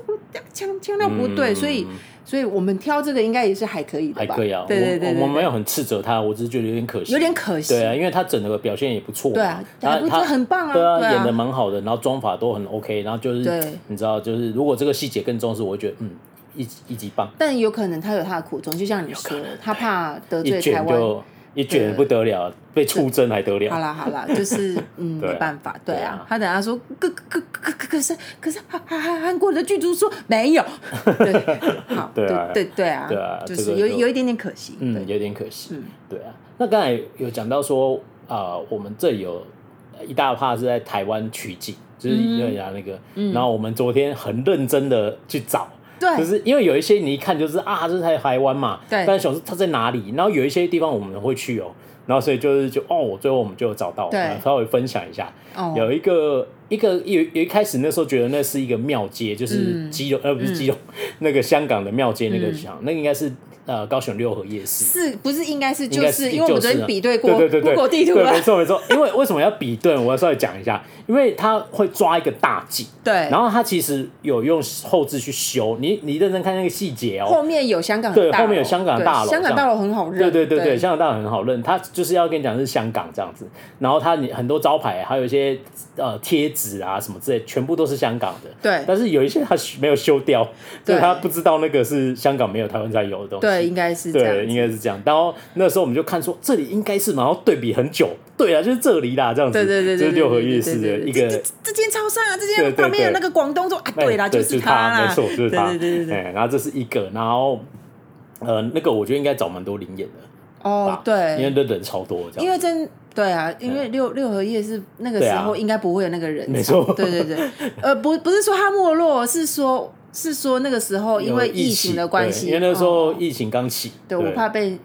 腔腔调不对，嗯所以嗯所以我们挑这个应该也是还可以的还吧？可以啊，对对对我我对没对，有很斥责他，我只是觉得有点可惜，有点可惜，对啊，因为他整个表现也不错嘛，对啊，他还不他错，很棒啊，对啊，对演的啊，蛮好的，然后妆法都很 OK，然后就是对你知道，就是如果这个细节更重视，我会觉得嗯，一级一级棒，但有可能他有他的苦衷，就像你说的，他怕得啊一罪台卷湾。就一卷不得了，被出征还得好了？啦好 啦，就是嗯，对啊没办法，对对啊啊。他等下说，可可可可可是可是韩韩韩韩国的剧组说没有， 对，好， 对对啊对对啊对啊，就这是个有就有一点点可惜，嗯，对有点可惜嗯。对啊，那刚才有讲到说啊，呃我们这里有一大趴是在台湾取景，就是热雅那个。然后我们昨天很认真的去找，就嗯对，是因为有一些你一看就是啊，这是台台湾嘛，对但是想说它在哪里，然后有一些地方我们会去哦，然后所以就是就哦，最后我们就有找到，对然后稍微分享一下，哦，有一个一个有有一开始那时候觉得那是一个庙街，就是嗯基隆、呃不是基隆、 那个香港的庙街那个墙，那个应该是呃高雄六合夜市。是不是应该是应就该是因为我们昨就是天啊比对过对对对对 Google 地图啊对，了没，错没错。因为为什么要比对？我要稍微讲一下，因为它会抓一个大景， 对，然后它其实有用后置去修，你你认真看那个细节后哦。面有香港的对大楼后面有香港的对大楼香港这样大楼很好认，对对对对，对，香港大很好认，它就是要跟你讲是香港这样子，然后它你很多招牌，还有一些呃贴纸啊什么之类，全部都是香港的。对但是有一些它没有修掉，对所以他不知道那个是香港没有台湾才有的东西。对应该是这对，样应子，该是这样。然后那时候我们就看说这里应该是嘛，然后对比很久，对啊，就是这里啦，这样子。对对对对，就是对六合对对夜对市的对对一个这这这间超商啊，这对间对旁边有对那个广东说啊，哎对啦，对是他，啦，没错，就是他。对对对对对，哎然后这是一个，然后呃，那个我觉得应该找蛮多灵眼的，哦吧因为对，那人超多，这样。因为真对啊，因为六六合夜是那个对时啊候应该不会有那个人潮，没错对对 对，呃不不是说它没落，是说是说那个时候哦因为疫情的关系，对因为那时候哦疫情刚起，对我怕被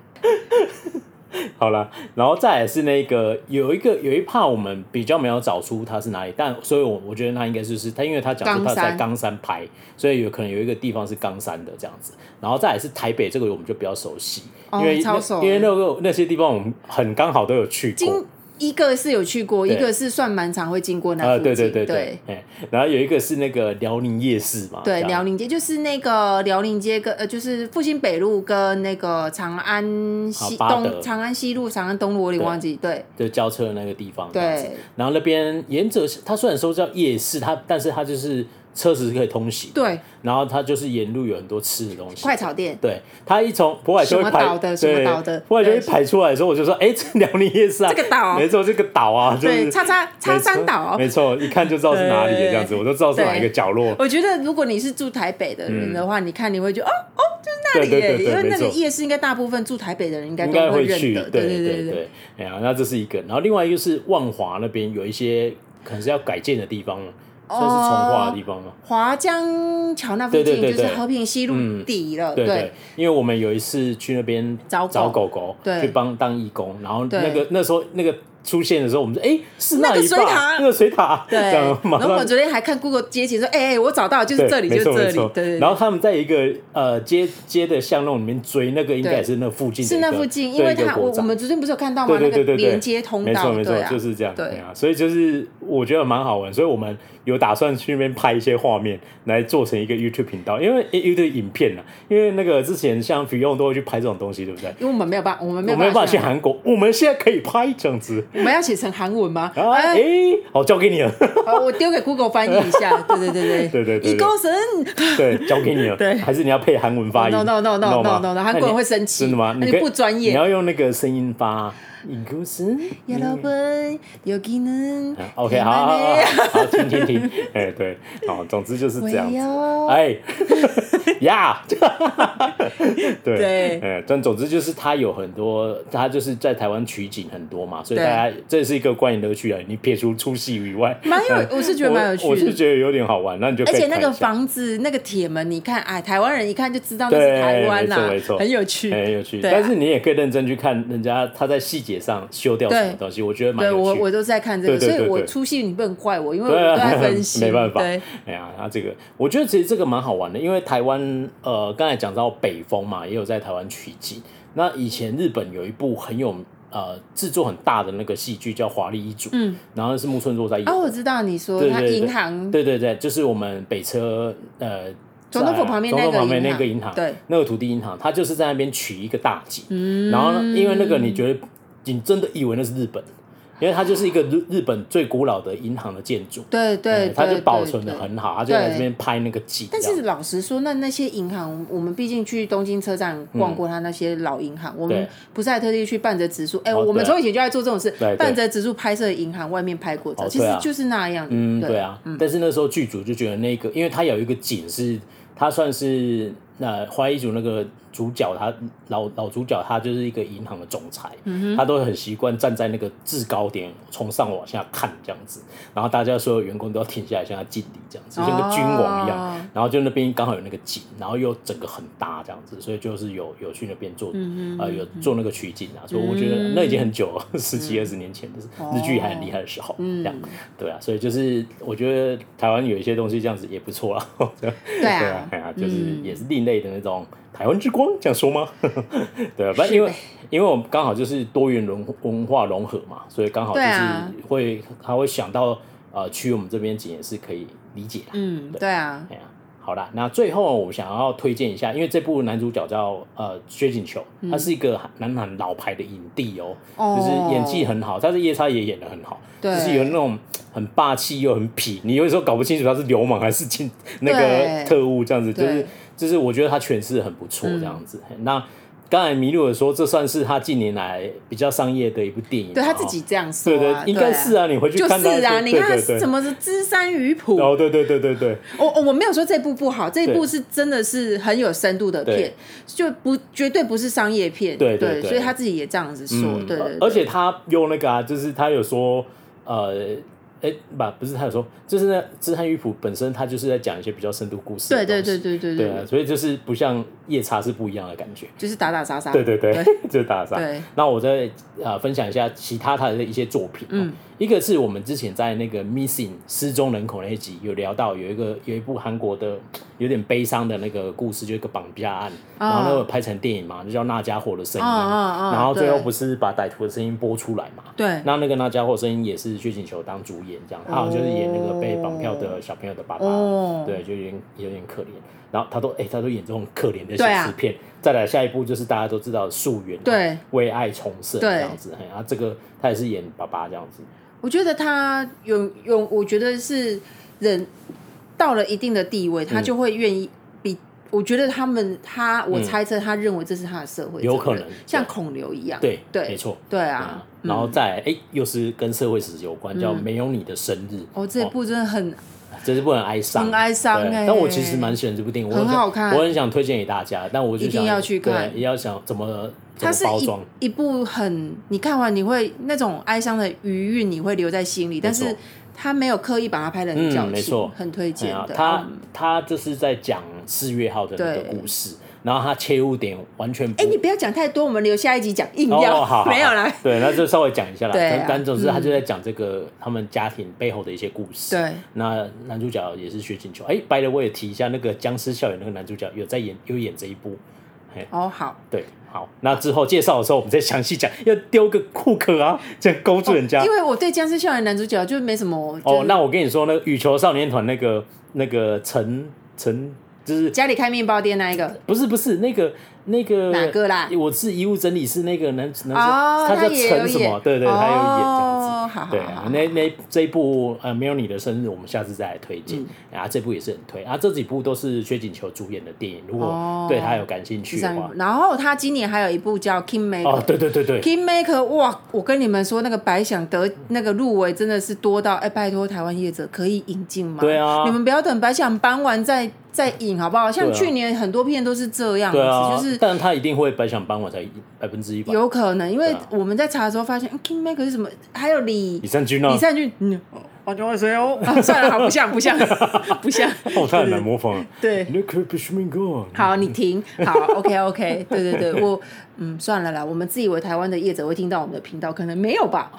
好了，然后再来是那个有一个有一趴我们比较没有找出它是哪里，但所以我我觉得那应该就是他，因为他讲冈说他山在冈山拍，所以有可能有一个地方是冈山的这样子。然后再来是台北这个我们就比较熟悉，哦因为超那熟因为那个那些地方我们很刚好都有去过经。一个是有去过，哦对一个是算蛮常会经过那啊，附近，对对对对，哎，然后有一个是那个辽宁夜市嘛，这对，样辽宁街就是那个辽宁街跟呃，就是复兴北路跟那个长安西啊巴德东、长安西路、长安东路，我有点忘记。对就交车的那个地方，这样子对。然后那边沿着它虽然说叫夜市，它但是它就是车子是可以通行，对，然后它就是沿路有很多吃的东西，快炒店，对，他一从渤海就什会么排岛的什对，么岛的渤海就会对排出来的时候，我就说，哎，这辽宁夜市啊，这个岛没错，这个岛啊，就是对，叉叉叉山岛没。错，没错一看就知道是哪里对这样子，我就知道是哪一个对角 落，我觉得如果你是住台北的人的话，你看你会觉得哦哦，就是那里对对耶，对对因为那个没错夜市应该大部分住台北的人应该应都该会认去，得。对对对对，对，哎呀，那这是一个，然后另外一个是万华那边有一些可能是要改建的地方了，算是重化的地方吗？华江桥那附对对近对就是对和平西路嗯底了，对对，因为我们有一次去那边找狗找狗狗，对去帮当义工，然后对那个那时候那个出现的时候，我们说，哎，是那个里吧水塔那个水塔，对， 这样然马后我上。昨天还看 Google 街景说，哎、哎，我找到，就是对，这里，就没是错这里，没对错。对对。然后他们在一个呃街街的巷弄里面追那个，应该也是那附近的是一个那附近，对因为一个它国我宅我们昨天不是有看到吗对？对那对个对对，连接通没错道，没错对，啊，就是这样。对啊，所以就是我觉得蛮好玩，所以我们有打算去那边拍一些画面来做成一个 YouTube 频道，因为 YouTube 影片啊，因为那个之前像 Fion 都会去拍这种东西，对不对？因为我们没有办，我们没我有没有办法去去韩，韩国，我们现在可以拍这样子。我们要写成韩文吗？啊，哎、哎，好，交给你了， 好我丢给 Google 翻译一下，对对对对对对对一勾神对，交给你了。对还是你要配韩文发音 No, no, no, no, 你知道吗 no, no, no，韩国人会生气真的吗？那你可以不专业你要用那个声音发。이곳은 여러분여기는 OK，好好好，好，停停停，哎，对，好，总之就是这样子喂哟，哎，呀，对，对哎，但总之就是它有很多，它就是在台湾取景很多嘛，所以大对家这是一个观影乐趣啊，你撇除出戏以外，蛮有嗯我是觉得蛮有我我趣是的觉得有点好玩，那你就可而以且那个看一下房子那个铁门，你看，哎，台湾人一看就知道那对，是台湾啦没错没错，，很有趣，很有趣。对啊但是你也可以认真去看人家他在细节上修掉什么对东西，我觉得蛮对有趣我的。我都在看这个，对对所对以我对出戏你不能怪我，因为我对啊都在分析，没办法对，哎呀，他这个，我觉得其实这个蛮好玩的，因为台湾呃，刚才讲到北风嘛，也有在台湾取景。那以前日本有一部很有呃制作很大的那个戏剧叫《华丽一族》，嗯，然后是木村拓哉演的。哦，我知道你说对他对对银行对对对，就是我们北车呃，总统府在旁边总统那个旁边银那行个银行，对，那个土地银行，它就是在那边取一个大景，嗯然后呢，因为那个你觉得你真的以为那是日本，因为它就是一个日日本最古老的银行的建筑，对对，嗯它就对保对存的对很好，它就在这边拍那个景，但这样是老实说，那那些银行，我们毕竟去东京车站逛过它那些老银行，我们对不是还特地去半泽直树？哎、哦我们对啊从以前就在做这种事对对，半泽直树拍摄银行外面拍过照，哦其对实啊就是那样。嗯，对对啊，但是那时候剧组就觉得那个，因为它有一个景是，它算是那《怀疑组》那个主角他老老主角他就是一个银行的总裁，嗯他都很习惯站在那个制高点，从上往下看这样子，然后大家所有员工都要停下来向他敬礼这样子，像个君王一样。 哦然后就那边刚好有那个景，然后又整个很搭这样子，所以就是有有去那边做，嗯呃，有做那个取景啊，所以我觉得那已经很久了，十几二十年前，就是哦日剧还很厉害的时候，这嗯样，对啊，所以就是我觉得台湾有一些东西这样子也不错 啦，对对啊啊，哎呀就是也是另类的那种台湾之光，这样说吗？ 对啊，反正因为因为我们刚好就是多元文文化融合嘛，所以刚好就对啊是会他会想到呃，去我们这边景也是可以理解啦，嗯，对啊，哎呀，好啦，那最后我想要推荐一下，因为这部男主角叫呃薛景球，他是一个男韩老牌的影帝哦，哦就是演技很好，但是夜叉也演的很好，对就是有那种很霸气又很痞，你有时候搞不清楚他是流氓还是进那个对特务这样子，就是对嗯就是我觉得他诠释得很不错这样子。嘿那刚才麋鹿有说，这算是他近年来比较商业的一部电影嘛，对他自哦己这样说对对啊，，应该是啊。啊，你回去就看他是啊，对你看他对对什么是知山鱼谱，啊哦，对对对对对。我哦我我没有说这部不好，这一部对是真的是很有深度的片对，就不绝对不是商业片，对对对嗯所以他自己也这样子说，对对，对而且他用那个啊，就是他有说，呃，哎、不，不是他有说，就是那《知汉玉谱》本身，他就是在讲一些比较深度故事的对东对西。对对对对啊，，所以就是不像夜叉是不一样的感觉。就是打打杀杀，对对对， 就是打杀。对那我再呃分享一下其他他的一些作品、嗯，一个是我们之前在那个 Missing 失踪人口那一集有聊到，有一个有一部韩国的有点悲伤的那个故事，就一个绑架案，然后那个拍成电影嘛，就叫《那家伙的声音》哦哦哦然后最后对不是把歹徒的声音播出来嘛？对那那个那家伙声音也是薛景球当主演这样，他好像就是演那个被绑票的小朋友的爸爸，哦对，就有点有点可怜。然后他都哎、他都演这种可怜的对小啊吃片。再来下一步就是大家都知道的溯源，对，为爱重生对这样子。然后这个他也是演爸爸这样子，我觉得他有有，我觉得是人到了一定的地位，嗯他就会愿意比。我觉得他们，他我猜测他认为这是他的社会责任，有可能像对孔刘一样，对对，没错，对啊啊。嗯然后再来哎、又是跟社会史有关，叫没有你的生日。哦，这部真的很这是部很哀伤，很哀伤对欸但我其实蛮喜欢这部电影，我很好看我很想推荐给大家，但我就一定想要去看对也要想怎么它怎么是包一装。一部很，你看完你会那种哀伤的余韵，你会留在心里，但错是他没有刻意把它拍的很矫嗯情，没错很推对荐啊，的。他嗯他就是在讲四月号的那个对故事，然后他切入点完全不哎、你不要讲太多，我们留下一集讲，硬要、哦，好好好 没有啦。对，那就稍微讲一下啦。对啊但但总之，他就在讲这个、他们家庭背后的一些故事。对，那男主角也是薛景球。哎、白了我也提一下，那个僵尸校园那个男主角有在演，有演这一部。哦，好，对，好，那之后介绍的时候我们再详细讲，要丢个库克啊， 这样勾住人家。因为我对《僵尸校园》男主角就没什么哦，就是那我跟你说，那个羽球少年团那个那个陈陈就是家里开面包店那一个，不是不是那个那个哪个啦我是遗物整理师那个男男生，哦，叫也有陈什演么？，对对，他有演这样子。哦，好好对好啊好，那那这一部呃没有你的生日，我们下次再来推荐、嗯啊。这部也是很推啊，这几部都是薛景求主演的电影，如果哦对他有感兴趣第的三话部，，然后他今年还有一部叫《Kingmaker》哦，对对对对， Kingmaker，哇！我跟你们说，那个白想得那个入围真的是多到，哎、拜托台湾业者可以引进吗？对啊你们不要等白想搬完再再引好不好？像对啊去年很多片都是这样子，对啊，就是但他一定会百想帮我才百分之一百。有可能，因对为啊我们在查的时候发现、嗯 Kingmaker 是什么，还有李李善啊均呢李？善均，嗯，我就会说哦，啊算了，好不像不像 不像，哦，他很难模 仿。对。那可不是命哥。好，你停。好，OK OK，对对对，我嗯算了啦，我们自以为台湾的业者会听到我们的频道，可能没有吧。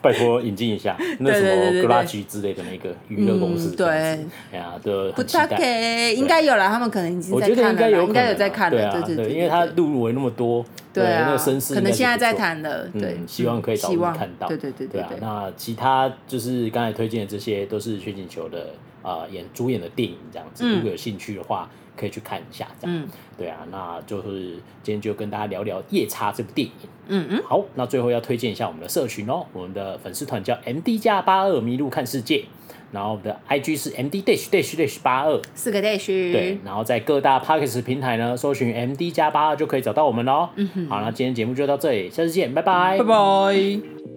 拜托引进 一下那对对对什对么对 Garage 之类的那个娱乐公司嗯这样子，哎呀，都不很期大待。给，应该有了，他们可能已经我在觉得看应了该啦，有可应能啊该有在看对了，啊，对对，因为他对入围那么多，对那啊，个声势可能现在在谈。谈了，对嗯，，希望可以早日希望看到。对对对对对啊对，，那其他就是刚才推荐的这些，都是薛景球的啊、呃演主演的电影这样子。嗯如果有兴趣的话，可以去看一下这样。嗯对啊，那就是今天就跟大家聊聊《夜叉》这部电影。嗯嗯，好，那最后要推荐一下我们的社群哦，我们的粉丝团叫 M D 加八二迷路看世界，然后我们的 I G 是 M D dash dash dash 八二，四个 dash，对，，然后在各大 p o d c a s t 平台呢搜寻 M D 加八二就可以找到我们喽。嗯哼好，那今天节目就到这里，下次见，拜拜，拜。拜。